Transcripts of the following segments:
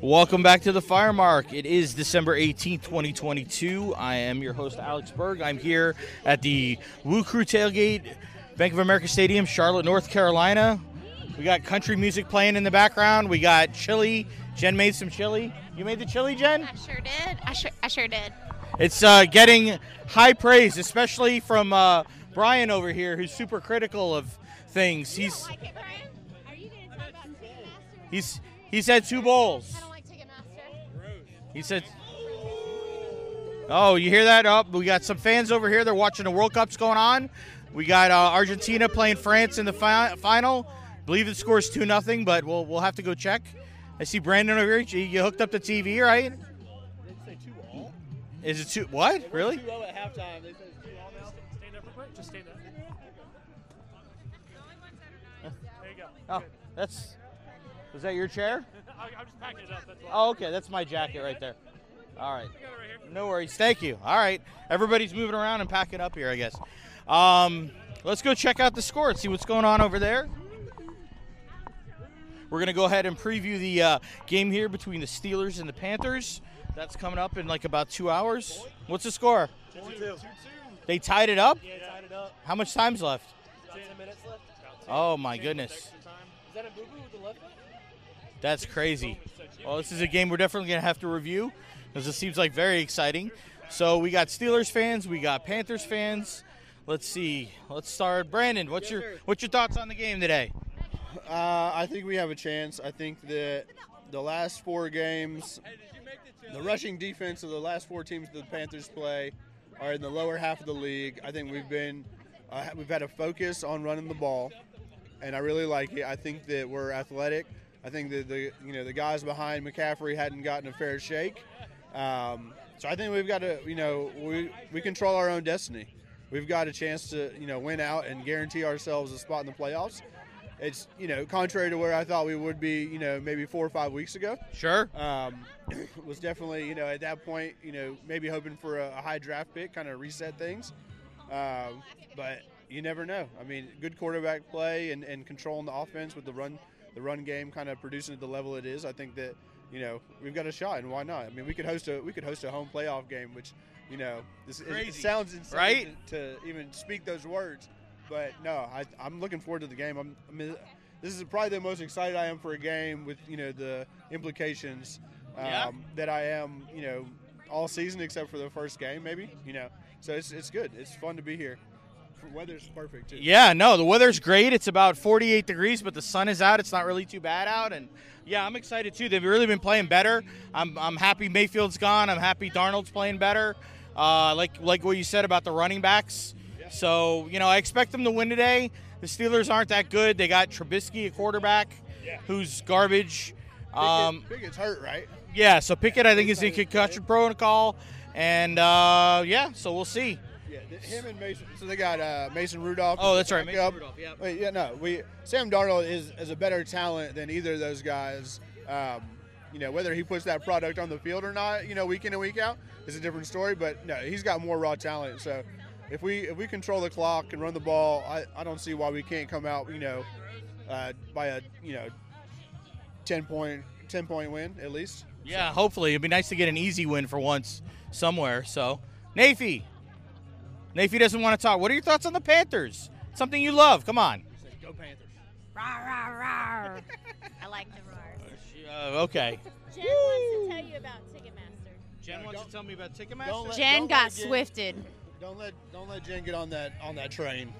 Welcome back to the Fire Mark. It is December 18th, 2022. I am your host, Alex Berg. I'm here at the Woo Crew Tailgate, Bank of America Stadium, Charlotte, North Carolina. We got country music playing in the background. We got chili. Jen made some chili. You made the chili, Jen? I sure did. I sure, I sure did. It's uh, getting high praise, especially from uh, Brian over here, who's super critical of things. He's I like it, Brian. Are you going to talk about Ticketmaster? he's he's had two bowls. I don't like Ticketmaster. He said, "Oh, you hear that? Up, we got some fans over here. They're watching the World Cup's going on. We got uh, Argentina playing France in the fi- final. Believe the score's two nothing, but we'll we'll have to go check. I see Brandon over here. You- You hooked up the TV, right? They say two all. Is it two? What? Really? Two zero at halftime. They say it's two all now. Stand up real quick. Just stand up. There you go. Oh, that's. Was that your chair? I, I'm just packing it up. That's all. Oh, okay. That's my jacket right there. All right. I got it right here. No worries. Thank you. All right. Everybody's moving around and packing up here, I guess. Um, let's go check out the score and see what's going on over there. We're going to go ahead and preview the uh, game here between the Steelers and the Panthers. That's coming up in like about two hours. What's the score? Two two. They tied it up? Yeah, tied it up. How much time's left? Ten minutes left. Oh, my goodness. Is that a boo boo with the left foot? That's crazy. Well, this is a game we're definitely going to have to review because it seems like very exciting. So we got Steelers fans, we got Panthers fans. Let's see. Let's start. Brandon, what's your what's your thoughts on the game today? Uh, I think we have a chance. I think that the last four games, the rushing defense of the last four teams the Panthers play are in the lower half of the league. I think we've been uh, we've had a focus on running the ball, and I really like it. I think that we're athletic. I think that the you know the guys behind McCaffrey hadn't gotten a fair shake. Um, so I think we've got to you know we we control our own destiny. We've got a chance to you know win out and guarantee ourselves a spot in the playoffs. It's you know contrary to where I thought we would be you know maybe four or five weeks ago Sure. um, was definitely, you know, at that point, you know, maybe hoping for a, a high draft pick, kind of reset things. Um, but you never know. I mean, good quarterback play and, and controlling the offense with the run, the run game, kind of producing at the level it is. I think that you know we've got a shot, and why not? I mean, we could host a we could host a home playoff game, which you know this it- it Crazy, sounds insane right? to, to even speak those words. But no, I, I'm looking forward to the game. I'm, I mean, this is probably the most excited I am for a game with you know the implications um, Yeah. that I am you know all season except for the first game maybe you know so it's, it's good it's fun to be here weather's perfect too Yeah, no, the weather's great. It's about 48 degrees, but the sun is out. It's not really too bad out. And yeah, I'm excited too. They've really been playing better. I'm, I'm happy Mayfield's gone. I'm happy Darnold's playing better. Uh, like like what you said about the running backs. So you know, I expect them to win today. The Steelers aren't that good. They got Trubisky, a quarterback, who's garbage. Um, Pickett- Pickett's hurt right yeah, so Pickett, I think, is in concussion protocol, and uh, yeah, so we'll see. yeah th- him and Mason so they got uh, Mason Rudolph Oh, that's right, back Mason up. Rudolph, yeah. Wait, yeah no we Sam Darnold is, is a better talent than either of those guys um, you know whether he puts that product on the field or not you know week in and week out is a different story but no he's got more raw talent so if we if we control the clock and run the ball I, I don't see why we can't come out you know uh, by a you know 10 point 10 point win at least Yeah, hopefully it'd be nice to get an easy win for once somewhere. So, Nafy, Nafy doesn't want to talk. What are your thoughts on the Panthers? Something you love? Come on. Go Panthers. Rawr, rawr, rawr. I like the roars. Uh, okay. Jen wants to tell you about Ticketmaster. Jen wants to tell me about Don't Ticketmaster. let- Jen don't got let Jen- swifted. don't let don't let Jen get on that on that train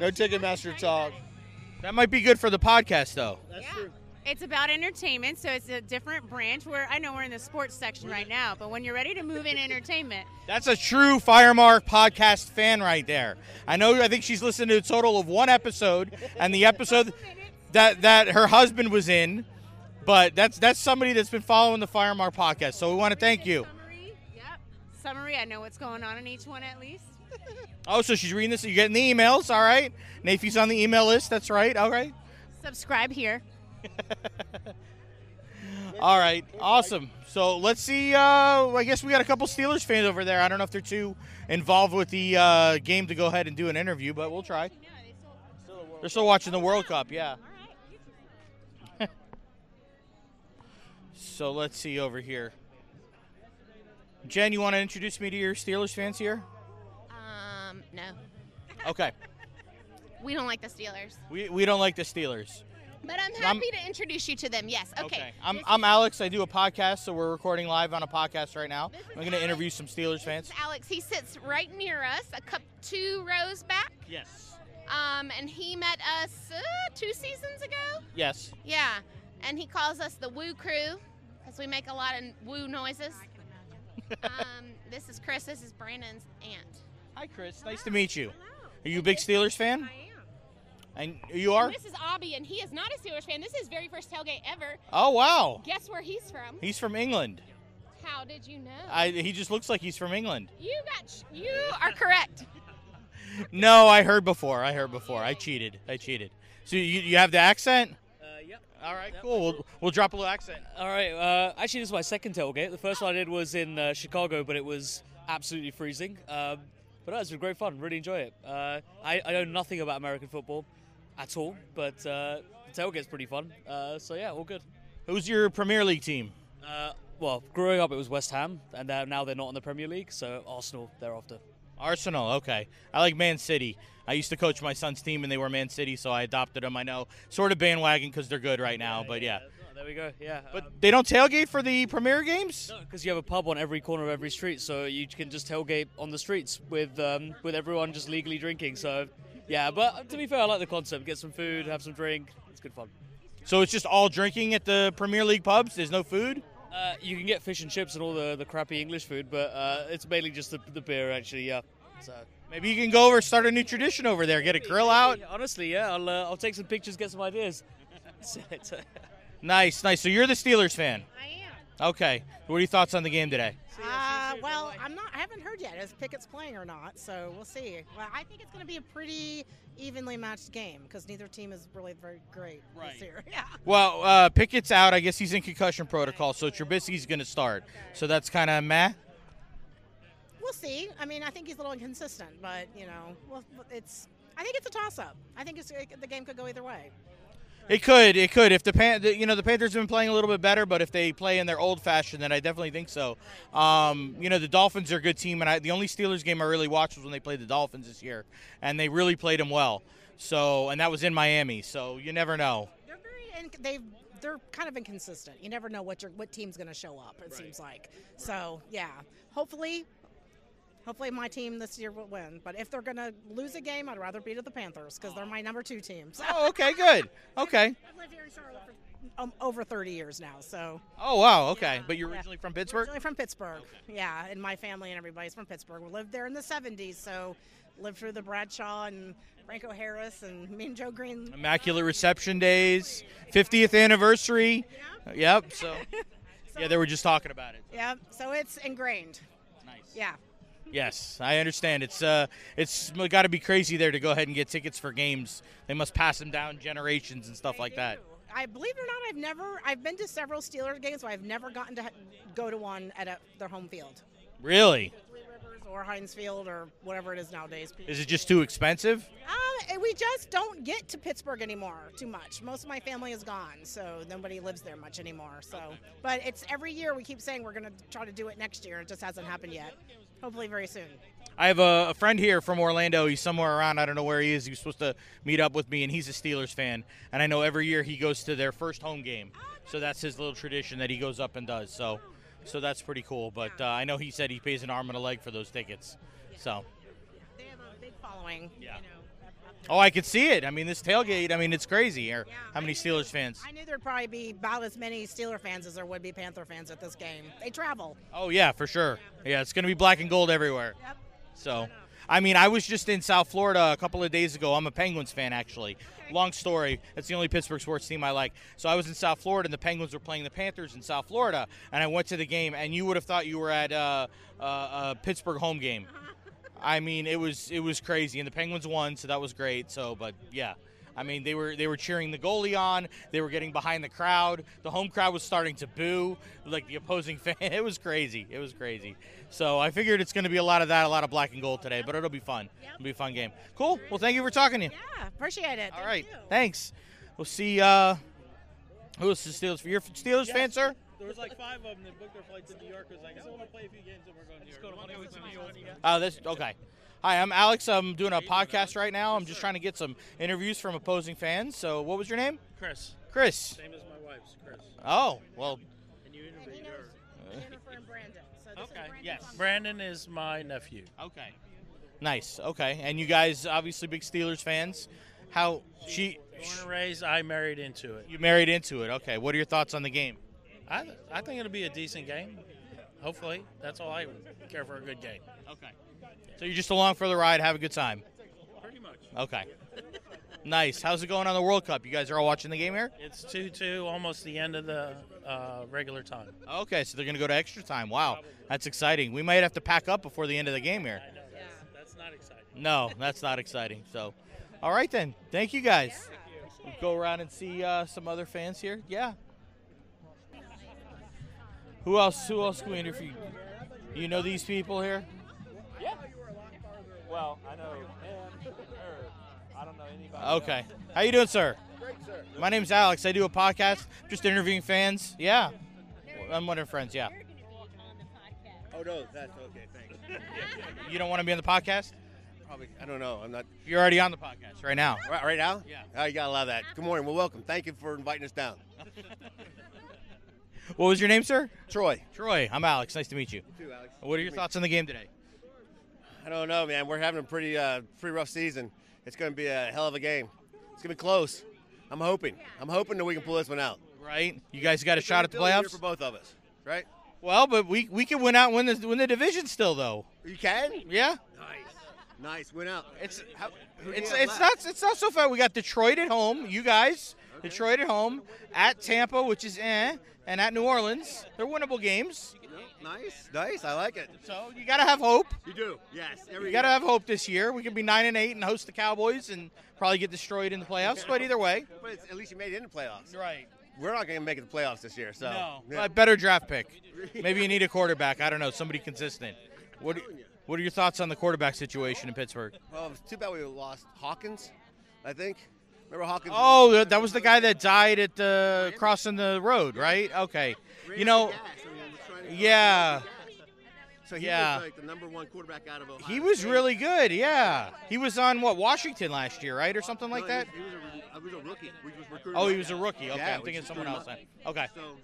no ticketmaster talk That might be good for the podcast, though. that's Yeah. It's about entertainment, so it's a different branch. Where I know we're in the sports section right now, but when you're ready to move in entertainment, That's a true Firemark podcast fan right there. I know. I think she's listened to a total of one episode, and the episode that that her husband was in. But that's that's somebody that's been following the Firemark podcast. So we want to thank you. Summary, yep. Summary. I know what's going on in each one at least. Oh, so she's reading this. You're getting the emails. All right. Nafy's on the email list. That's right. All right. Subscribe here. All right. Awesome. So let's see. Uh, I guess we got a couple Steelers fans over there. I don't know if they're too involved with the uh, game to go ahead and do an interview, but we'll try. They're still watching the World Cup. Yeah. So let's see over here. Jen, you want to introduce me to your Steelers fans here? Um, no. Okay. We don't like the Steelers. We, we don't like the Steelers. But I'm happy I'm- to introduce you to them. Yes. Okay. I'm, This I'm Alex. I do a podcast, so we're recording live on a podcast right now. This is I'm going to Alex. interview some Steelers fans. is Alex. He sits right near us, a cup two rows back. Yes. Um, and he met us uh, two seasons ago. Yes. Yeah. And he calls us the Woo Crew because we make a lot of woo noises. um, this is Chris. This is Brandon's aunt. Hi, Chris. Nice to meet you. Are you a big Steelers fan? And you And are? this is Abby, and he is not a Steelers fan. This is his very first tailgate ever. Oh, wow. Guess where he's from? He's from England. How did you know? I, he just looks like he's from England. you got. sh- You are correct. No, I heard before. I heard before. I cheated. I cheated. So you, you have the accent? Uh, yep. All right, Yep. cool. We'll, we'll drop a little accent. All right. Uh, actually, this is my second tailgate. The first one I did was in uh, Chicago, but it was absolutely freezing. Um, but no, it's been great fun. Really enjoy it. Uh, I, I know nothing about American football at all, but uh, the tailgate's pretty fun. Uh, so yeah, all good. Who's your Premier League team? Uh, well, growing up it was West Ham, and uh, now they're not in the Premier League, so Arsenal thereafter. Arsenal. Okay. I like Man City. I used to coach my son's team, and they were Man City, so I adopted them. I know, sort of bandwagon because they're good right now, but yeah. There we go. Yeah. But they don't tailgate for the Premier games. because you have a pub on every corner of every street, so you can just tailgate on the streets with um, with everyone just legally drinking. So, yeah, but uh, to be fair, I like the concept. Get some food, have some drink. It's good fun. So it's just all drinking at the Premier League pubs. There's no food. Uh, you can get fish and chips and all the, the crappy English food, but uh, it's mainly just the, the beer, actually. Yeah. So Maybe you can go over, start a new tradition over there. Get a grill out. honestly, yeah, I'll uh, I'll take some pictures, get some ideas. That's it. Nice, nice. So you're the Steelers fan. I am. Okay. What are your thoughts on the game today? Uh, well, I'm not. I haven't heard yet is Pickett's playing or not, so we'll see. Well, I think it's going to be a pretty evenly matched game because neither team is really very great Right. this year. Yeah. Well, uh, Pickett's out. I guess he's in concussion protocol, so Trubisky's going to start. So that's kind of meh. We'll see. I mean, I think he's a little inconsistent, but you know, well, it's. I think it's a toss-up. I think it's, it, the game could go either way. It could, it could. If the Pan- the- you know the Panthers have been playing a little bit better, but if they play in their old fashion, then I definitely think so. Um, you know the Dolphins are a good team, and I, the only Steelers game I really watched was when they played the Dolphins this year, and they really played them well. So, and that was in Miami. So you never know. They're very. In, they've. They're kind of inconsistent. You never know what your what team's going to show up. It seems like. So yeah. Hopefully. Hopefully my team this year will win, but if they're going to lose a game, I'd rather be to the Panthers because they're my number two team. So. Oh, okay, good. Okay. I've lived here in Charlotte for um, over 30 years now, so. Oh wow, okay. Yeah, But you're yeah. originally from Pittsburgh. Originally from Pittsburgh. Yeah, and my family and everybody's from Pittsburgh. We lived there in the 70s, so lived through the Bradshaw and Franco Harris and me and Joe Green. Immaculate Reception Days, 50th anniversary. Uh, Yep. So, yeah, they were just talking about it. Yeah, so it's ingrained. Nice. Yeah. Yes, I understand. It's uh, it's got to be crazy there to go ahead and get tickets for games. They must pass them down generations and stuff like that. I believe it or not, I've never, I've been to several Steelers games, but I've never gotten to ha- go to one at a, their home field. Really? Three Rivers or Heinz Field or whatever it is nowadays. Is it just too expensive? Um, and we just don't get to Pittsburgh anymore too much. Most of my family is gone, so nobody lives there much anymore. So, but it's every year we keep saying we're going to try to do it next year. It just hasn't happened yet. Hopefully, very soon. I have a, a friend here from Orlando. He's somewhere around. I don't know where he is. He was supposed to meet up with me, and he's a Steelers fan. And I know every year he goes to their first home game, so that's his little tradition that he goes up and does. So, so that's pretty cool. But uh, I know he said he pays an arm and a leg for those tickets. So, They have a big following. Yeah. You know, oh, I could see it. I mean, this tailgate. I mean, it's crazy here. Yeah, How I many knew- Steelers fans? I knew there'd probably be about as many Steeler fans as there would be Panther fans at this game. They travel. Oh yeah, for sure. Yeah, it's gonna be black and gold everywhere. Yep. So, I mean, I was just in South Florida a couple of days ago. I'm a Penguins fan, actually. Long story. That's the only Pittsburgh sports team I like. So I was in South Florida, and the Penguins were playing the Panthers in South Florida, and I went to the game, and you would have thought you were at uh, uh, a Pittsburgh home game. I mean, it was it was crazy, and the Penguins won, so that was great. So, but yeah. I mean, they were they were cheering the goalie on. They were getting behind the crowd. The home crowd was starting to boo, like the opposing fan. It was crazy. It was crazy. So I figured it's going to be a lot of that, a lot of black and gold today, but it'll be fun. It'll be a fun game. Cool. Well, thank you for talking to you. Yeah, appreciate it. All Thank right. you. Thanks. We'll see. Uh, Who's the Steelers? For your Steelers fan, sir? There was like five of them that booked their flights to New York. It was like, I want to play a few games and we're going to New York. One of them was New York. Oh, this okay. Hi, I'm Alex. I'm doing a podcast right now. I'm just trying to get some interviews from opposing fans. So, what was your name? Chris, Chris. same as my wife's, Chris. Oh, well, And you And he interviewed knows her. Jennifer and Brandon. So this is Okay, Brandon's yes. uncle. Brandon is my nephew. okay. Nice. Okay. And you guys obviously big Steelers fans. How she Born and raised, I married into it. you married into it. Okay. What are your thoughts on the game? I, I think it'll be a decent game. Hopefully, that's all I care for a good game. Okay. So you're just along for the ride, have a good time. Pretty much. Okay. nice. How's it going on the World Cup? You guys are all watching the game here? It's 2 2, almost the end of the uh, regular time. Okay, so they're going to go to extra time. Wow. That's exciting. We might have to pack up before the end of the game here. know, that's, that's not exciting. No, that's not exciting. So, all right then. Thank you guys. We'll go around and see uh, some other fans here. Yeah. Who else? Who else can we interview? You know these people here? Well, I know him, her. I don't know anybody. Okay. How you doing, sir? Great, sir. My name's Alex. I do a podcast, just interviewing fans. Yeah. I'm one of your friends. Yeah. Oh no, that's okay. Thanks. You don't want to be on the podcast? Probably. I don't know. I'm not You're already on the podcast right now. right, right now. Yeah. Oh, you gotta love that. Good morning. Well, welcome. Thank you for inviting us down. What was your name, sir? Troy. Troy. I'm Alex. Nice to meet you. Too, Alex. What are your thoughts on the game today? I don't know, man. We're having a pretty, uh, pretty rough season. It's gonna be a hell of a game. It's gonna be close. I'm hoping. I'm hoping that we can pull this one out. Right? You guys got a It's shot gonna at the be a building year playoffs? for both of us, right? Well, but we we can win out and win the win the division still though. You can. Yeah, Nice. Nice. Win out. It's how, who do you it's have it's left? not it's not so far. We got Detroit at home. You guys, Okay. Detroit at home, at Tampa, which is eh, and at New Orleans. They're winnable games. No, Nice. Nice. I like it. So you gotta have hope. You do. Yes. Every You gotta year. have hope this year. We could be nine and eight and host the Cowboys and probably get destroyed in the playoffs. But either way, But it's, at least you made it into playoffs. right. We're not going to make it to playoffs this year, so. yeah. But better draft pick. Maybe you need a quarterback. I don't know. Somebody consistent. What do- What are your thoughts on the quarterback situation in Pittsburgh? Well, it's too bad we lost Hawkins, I think. Remember Hawkins? Oh, that- that was the guy that died at the crossing the road, right? Okay. You know, yeah. So he Yeah. was like the number one quarterback out of Ohio. he was State. really good. Yeah, he was on what Washington last year, right, or something No, like he was- that. He was, a, he was a rookie. We just recruited Oh, he him. was a rookie. Okay, Yeah, I'm we thinking just someone threw him else. up. Then. Okay. So, you know,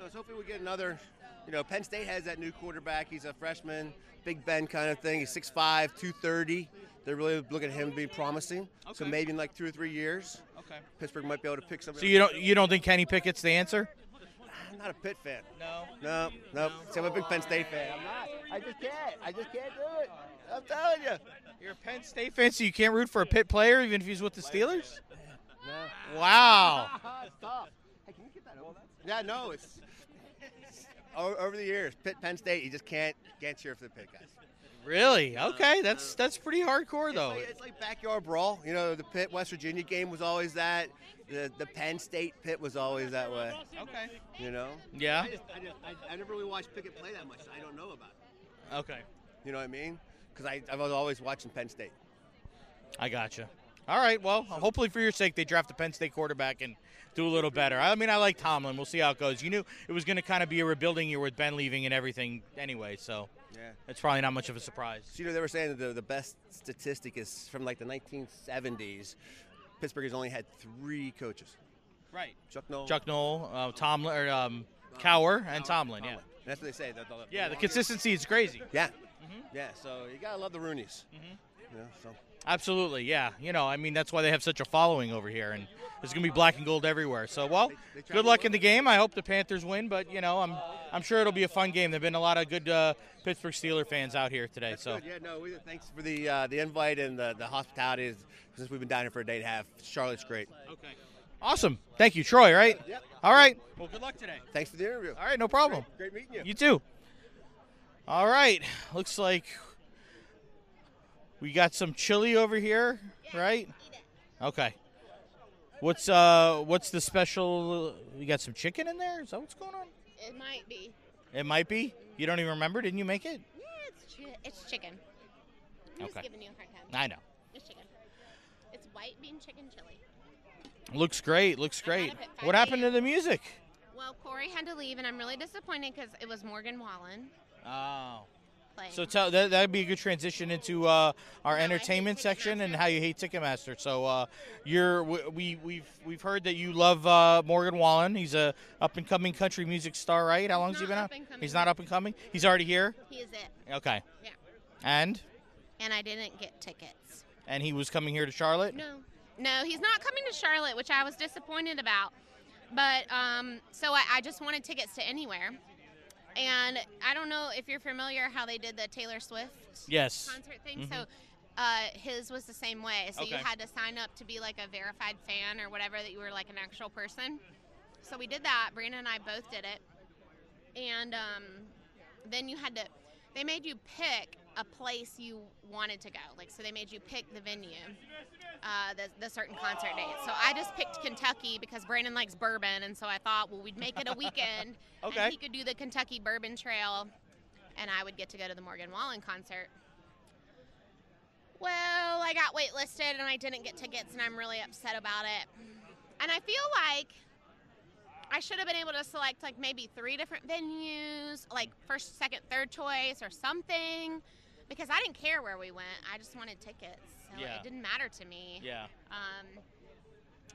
I was hoping we get another. You know, Penn State has that new quarterback. He's a freshman, Big Ben kind of thing. He's 6'5", 230. They're really looking at him to be promising. So Okay. maybe in like two or three years, Okay. Pittsburgh might be able to pick somebody. So you don't you don't think Kenny Pickett's the answer? I'm not a Pitt fan. No. No, no. See, I'm a big Penn State fan. I'm not. I just can't. I just can't do it. I'm telling you. You're a Penn State fan, so you can't root for a Pitt player even if he's with the Steelers. No. Wow. it's tough. Hey, can you get that over? Yeah, no, it's o- over the years. Pitt, Penn State, you just can't can't cheer for the Pitt guys. Really? Okay. That's that's pretty hardcore It's though. like, it's like backyard brawl. You know, the Pitt West Virginia game was always that. The the Penn State Pitt was always that way. Okay. You know. Yeah. just, I, just I, I never really watched Pickett play that much. So I don't know about it. Okay. You know what I mean? Because I I was always watching Penn State. I gotcha. All right. Well, hopefully for your sake, they draft a Penn State quarterback and do a little better. I mean, I like Tomlin. We'll see how it goes. You knew it was going to kind of be a rebuilding year with Ben leaving and everything anyway, so Yeah. it's probably not much of a surprise. So, you know, they were saying that the, the best statistic is from like the 1970s. Pittsburgh has only had three coaches Right. Chuck Noll, Chuck Knoll, uh, Tomlin, or um, Cower, and Tomlin. Yeah. And that's what they say. The, the, the Yeah. The longer- consistency is crazy. Yeah. Mhm. Yeah. So you got to love the Roonies. Mm-hmm. You know, so. Absolutely. Yeah. You know, I mean, that's why they have such a following over here, and there's going to be black and gold everywhere. So, well, good luck in the game. I hope the Panthers win, but you know, I'm I'm sure it'll be a fun game. There've been a lot of good uh, Pittsburgh Steeler fans out here today. So. Good. Yeah, no, we, thanks for the uh, the invite and the, the hospitality. Since we've been down here for a day and a half, Charlotte's great. Awesome. Thank you, Troy, right? Yep. All right. Well, good luck today. Thanks for the interview. All right, no problem. Great meeting you. You too. All right. Looks like we got some chili over here, right? Okay. What's uh what's the special you got some chicken in there? Is that what's going on? It might be. It might be. You don't even remember, didn't you make it? Yeah, it's, chi- it's chicken. I'm just Okay. giving you a hard time. I know. It's chicken. It's white bean chicken chili. Looks great. Looks great. What happened to the music? Well, Corey had to leave, and I'm really disappointed because it was Morgan Wallen. Oh. Playing. So tell that that'd be a good transition into uh, our entertainment section and how you hate Ticketmaster. So uh, you're we- we we've we've heard that you love uh, Morgan Wallen. He's a up and coming country music star, right? How long's he been out? He's not up and coming. He's already here. He is it. Okay. Yeah. And And I didn't get tickets. and he was coming here to Charlotte. No. No, he's not coming to Charlotte, which I was disappointed about. But um, so I, I just wanted tickets to anywhere. And I don't know if you're familiar how they did the Taylor Swift Yes. concert thing. Mhm. So uh, his was the same way. So you Okay. had to sign up to be like a verified fan or whatever, that you were like an actual person. So we did that. Brandon and I both did it. And um, then you had to, they made you pick a place you wanted to go. Like, so they made you pick the venue, uh, the, the certain concert date. So I just picked Kentucky because Brandon likes bourbon. And so I thought, well, we'd make it a weekend. Okay. And he could do the Kentucky Bourbon Trail. And I would get to go to the Morgan Wallen concert. Well, I got waitlisted and I didn't get tickets, and I'm really upset about it. And I feel like I should have been able to select like maybe three different venues, like first, second, third choice or something, because I didn't care where we went. I just wanted tickets. So Yeah. it didn't matter to me. Yeah. Um,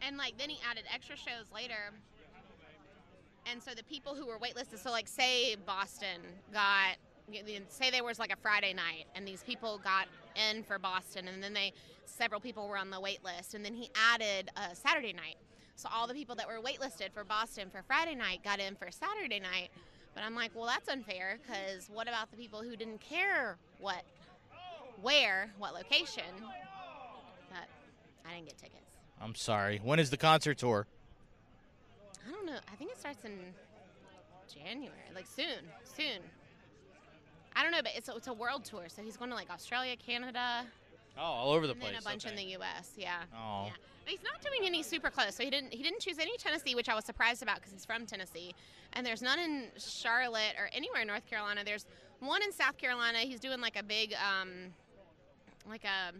and like then he added extra shows later. And so the people who were waitlisted, so like say Boston got, y- y- say there was like a Friday night, and these people got in for Boston, and then they several people were on the wait list, and then he added a Saturday night. So all the people that were waitlisted for Boston for Friday night got in for Saturday night. But I'm like, well, that's unfair because what about the people who didn't care what, where, what location? But I didn't get tickets. I'm sorry. When is the concert tour? I don't know. I think it starts in January, like soon, soon. I don't know, but it's a, it's a world tour, so he's going to like Australia, Canada, Oh, all over the and place. then a bunch in the U.S. Yeah. Oh. But he's not doing any super close, so he didn't he didn't choose any Tennessee, which I was surprised about because he's from Tennessee, and there's none in Charlotte or anywhere in North Carolina. There's one in South Carolina. He's doing like a big, um, like a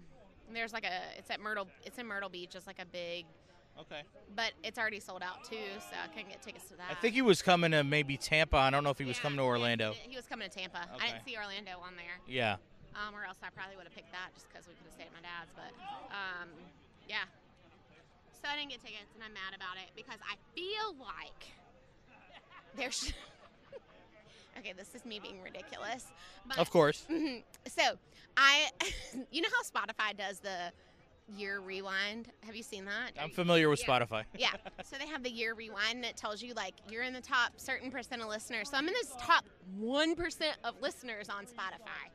there's like a it's at Myrtle it's in Myrtle Beach. It's like a big, Okay. but it's already sold out too, so I couldn't get tickets to that. I think he was coming to maybe Tampa. I don't know if he was coming to Orlando. he was coming to Tampa. I didn't Okay. see Orlando on there. Yeah. Um, or else I probably would have picked that just because we could have stayed at my dad's. But um, yeah. So I didn't get tickets, and I'm mad about it because I feel like there's. okay, this is me being ridiculous. But, Of course. Mhm. So I, you know how Spotify does the year rewind? Have you seen that? I'm familiar with Yeah. Spotify. yeah. So they have the year rewind that tells you like you're in the top certain percent of listeners. So I'm in this top one percent of listeners on Spotify,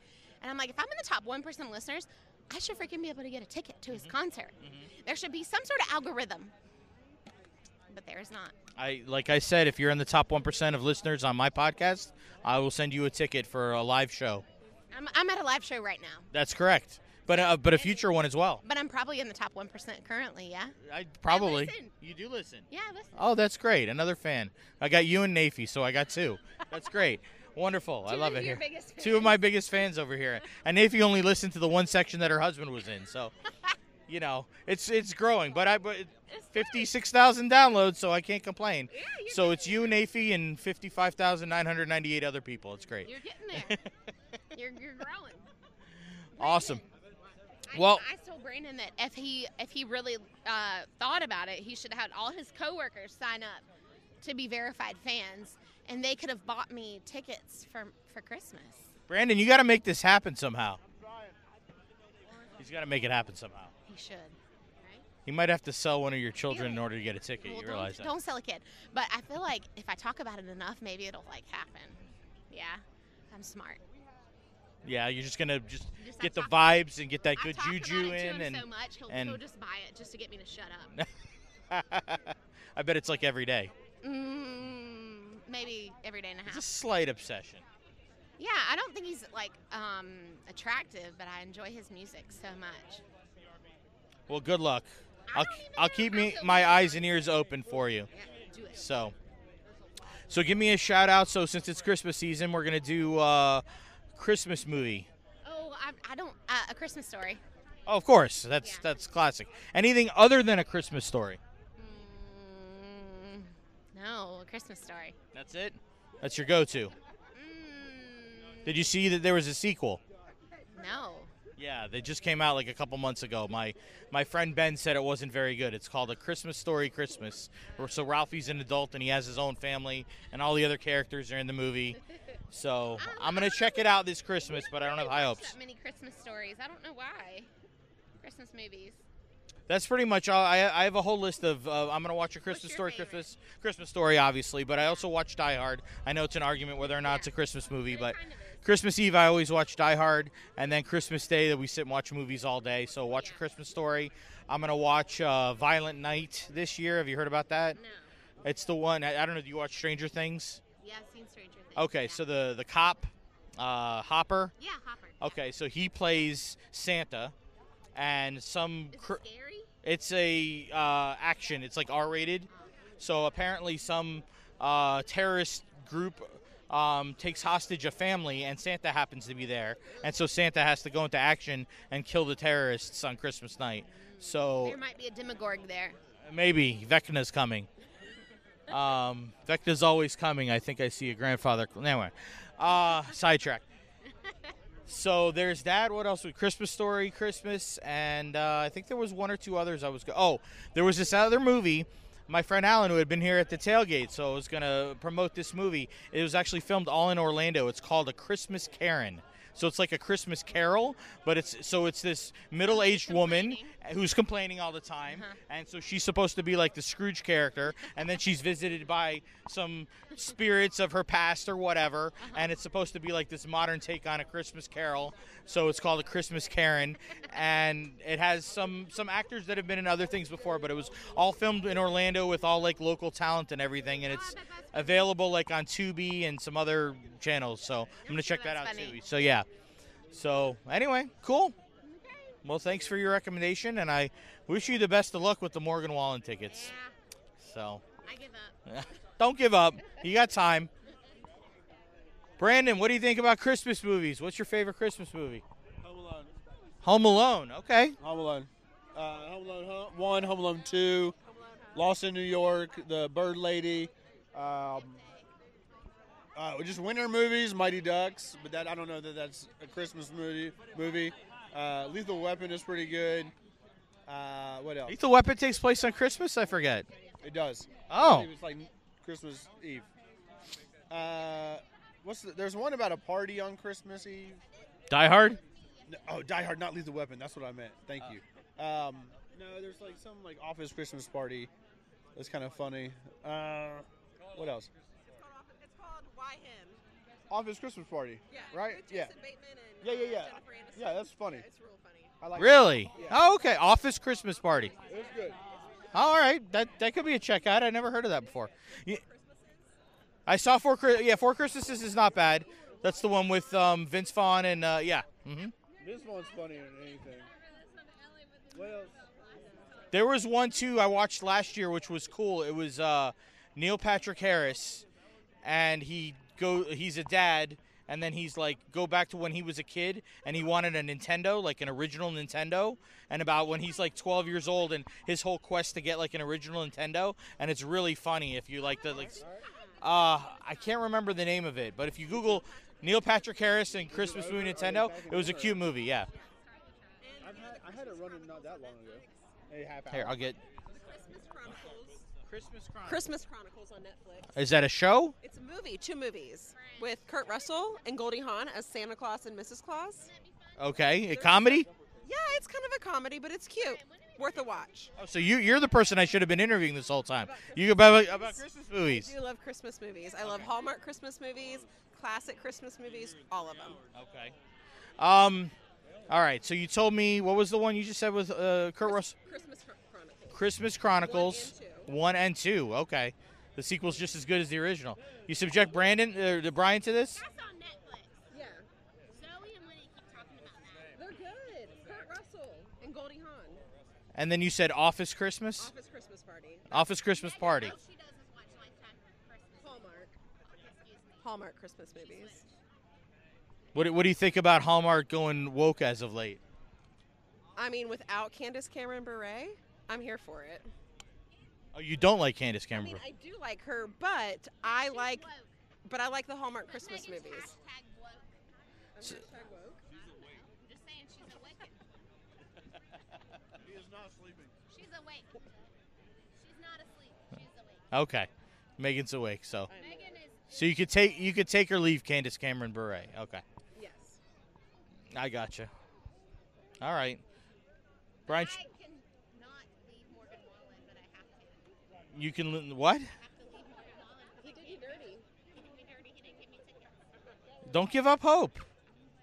and I'm like, if I'm in the top one percent of listeners, I should freaking be able to get a ticket to his concert. There should be some sort of algorithm, but there is not. I like I said, if you're in the top one percent of listeners on my podcast, I will send you a ticket for a live show. I'm, I'm at a live show right now, That's correct. But uh, but a future one as well. but I'm probably in the top one percent currently. Yeah. I probably. listen. You do listen. Yeah, listen. Oh, that's great. Another fan. I got you and Nafy, so I got two. That's great. Wonderful. I Two love of it your here. biggest Two of my biggest fans over here. And Nafy only listened to the one section that her husband was in, so you know, it's it's growing, but I but 56,000 downloads, so I can't complain. so it's you, Nafy, and 55,998 other people. It's great. You're getting there. you're you're growing. Awesome. I, Well- I told Brandon that if he if he really uh, thought about it, he should have had all his coworkers sign up to be verified fans, and they could have bought me tickets for for Christmas. Brandon, you got to make this happen somehow. He's got to make it happen somehow. He should. He might have to sell one of your children in order to get a ticket. Well, You don't, realize that? don't sell a kid. But I feel like if I talk about it enough, maybe it'll like happen. Yeah, I'm smart. Yeah, you're just gonna just Just get the I've vibes and get that I've good talked about juju it to in, him and so much he'll, and he'll just buy it just to get me to shut up. I bet it's like every day. Mm, maybe every day and a half. It's a slight obsession. Yeah, I don't think he's like um, attractive, but I enjoy his music so much. Well, good luck. I'll, I'll keep me my eyes and ears open for you. do it. So, so give me a shout out. So since it's Christmas season, we're gonna do uh, Christmas movie. Oh, I, I don't. Uh, a Christmas Story. Oh, of course, that's that's classic. Anything other than a Christmas story? Mm, No, a Christmas story. That's it. That's your go-to. Did you see that there was a sequel? Mm, No. Yeah, they just came out like a couple months ago. My my friend Ben said it wasn't very good. It's called A Christmas Story Christmas. Where- So Ralphie's an adult and he has his own family, and all the other characters are in the movie. So I'm gonna check it out this Christmas, but I don't have high hopes. That many Christmas stories. I don't know why. Christmas movies. That's pretty much all. I, I have a whole list of. Uh, I'm gonna watch a Christmas story, Christmas Christmas story, obviously, but I also watch Die Hard. I know it's an argument whether or not it's a Christmas movie, but Christmas Eve I always watch Die Hard, and then Christmas Day that we sit and watch movies all day. So watch a Christmas story. I'm gonna watch uh, Violent Night this year. Have you heard about that? No. It's the one. I, I don't know. Do you watch Stranger Things? Yeah, I've seen Stranger Things. Okay, so the the cop, uh, Hopper. Yeah, Hopper. Okay, so he plays Santa, and some. cr- It's a uh, action. It's like R-rated. So apparently, some uh, terrorist group um, takes hostage a family, and Santa happens to be there, and so Santa has to go into action and kill the terrorists on Christmas night. So Oh. There might be a Demogorg there. maybe Vecna's coming. Um, Vecna's always coming. I think I see a grandfather. Anyway, uh, sidetrack. So there's that. What else? With Christmas Story, Christmas, and uh, I think there was one or two others. I was go- oh, there was this other movie. My friend Alan, who had been here at the tailgate, so I was gonna promote this movie. It was actually filmed all in Orlando. It's called A Christmas Karen. So it's like a Christmas Carol, but it's so it's this middle-aged woman who's complaining all the time, and so she's supposed to be like the Scrooge character, and then she's visited by some spirits of her past or whatever, and it's supposed to be like this modern take on a Christmas Carol. So it's called a Christmas Karen, and it has some some actors that have been in other things before, but it was all filmed in Orlando with all like local talent and everything, and it's available like on Tubi and some other channels. So I'm gonna check that out funny. too. So yeah. So anyway, cool. Well, thanks for your recommendation, and I wish you the best of luck with the Morgan Wallen tickets. So. I give up. Don't give up. You got time. Brandon, what do you think about Christmas movies? What's your favorite Christmas movie? Home Alone. Home Alone. Okay. Home Alone. Uh, Home Alone Hu- 1, Home Alone 2, Lost in New York, The Bird Lady. Um, uh, just winter movies, Mighty Ducks, but that I don't know that that's a Christmas movie. Movie, uh, Lethal Weapon is pretty good. Uh, what else? Lethal Weapon takes place on Christmas. I forget. It does. Oh. It was like Christmas Eve. Uh, what's the, there's one about a party on Christmas Eve. Die Hard. No, oh, Die Hard, not Lethal Weapon. That's what I meant. Thank you. Um, no, there's like some like office Christmas party. That's kind of funny. Uh, what else? It's called Why Him? Office Christmas party. Yeah. Right? With Yeah. Jason Bateman and Yeah, yeah, uh, yeah. Jennifer Aniston. Yeah, that's funny. Yeah, it's real funny. I like Really? Yeah. Oh, okay. Office Christmas Party. It was good. All right, that that could be a checkout. I never heard of that before. Ye- I saw four. Chri- Yeah, four Christmases is not bad. That's the one with um, Vince Vaughn and uh, yeah. hmm This one's funnier than anything. What else? There was one too I watched last year, which was cool. It was uh, Neil Patrick Harris, and he go he's a dad, and then he's like go back to when he was a kid, and he wanted a Nintendo, like an original Nintendo, and about when he's like 12 years old, and his whole quest to get like an original Nintendo, and it's really funny if you like the like. s- Uh, I can't remember the name of it, but if you Google Neil Patrick Harris and Christmas movie Nintendo, it was a cute movie. Yeah. I've had, I had it running not that long ago. A half hour. Here, I'll get. Christmas Chronicles. Christmas Chronicles. Christmas Chronicles on Netflix. Is that a show? It's a movie, two movies, with Kurt Russell and Goldie Hawn as Santa Claus and Mrs. Claus. Okay, a comedy. Yeah, it's kind of a comedy, but it's cute. Worth a watch. Oh, so you you're the person I should have been interviewing this whole time. You about about Christmas movies. I do love Christmas movies. I love Hallmark Christmas movies, classic Christmas movies, all of them. Okay. Um, all right. So you told me what was the one you just said with uh, Kurt Russell? Christmas Chron- Chronicles. Christmas Chronicles one and two. Okay, the sequel's just as good as the original. You subject Brandon uh, to Brian to this? Yeah. Zoe and Lenny keep talking about that. They're good. Kurt Russell and Goldie Hawn. And then you said Office Christmas. Office Christmas Party. Office Christmas Party. Hallmark. Hallmark Christmas movies. What do- what do you think about Hallmark going woke as of late? I mean, without Candace Cameron Bure, I'm here for it. Oh, you don't like Candace I Cameron? mean, I do like her, but I like, but I like the Hallmark Christmas movies. So- I'm just saying she's awakened. He is not sleeping. She's awake. She's not asleep. She's awake. okay, Megan's awake, so Megan is. so you could take you could take or leave Candace Cameron Bure. Okay, Yes. I gotcha. All right, Brian, I cannot leave Morgan Wallen, but I have to. you can li- what? Leave Morgan Wallen. He did you dirty. He did me dirty. He didn't give me tickets. Don't give up hope.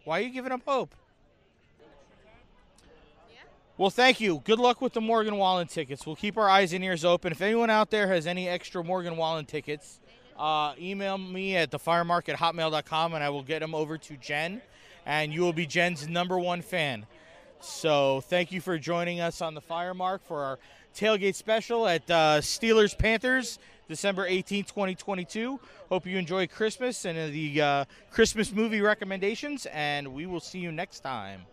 Why are you giving up hope? Well, thank you. Good luck with the Morgan Wallen tickets. We'll keep our eyes and ears open. If anyone out there has any extra Morgan Wallen tickets, uh, email me at thefiremarket@hotmail.com and I will get them over to Jen, and you will be Jen's number one fan. So thank you for joining us on the Fire Mark for our tailgate special at uh, Steelers Panthers, December 18, 2022. Hope you enjoy Christmas and uh, the uh, Christmas movie recommendations, and we will see you next time.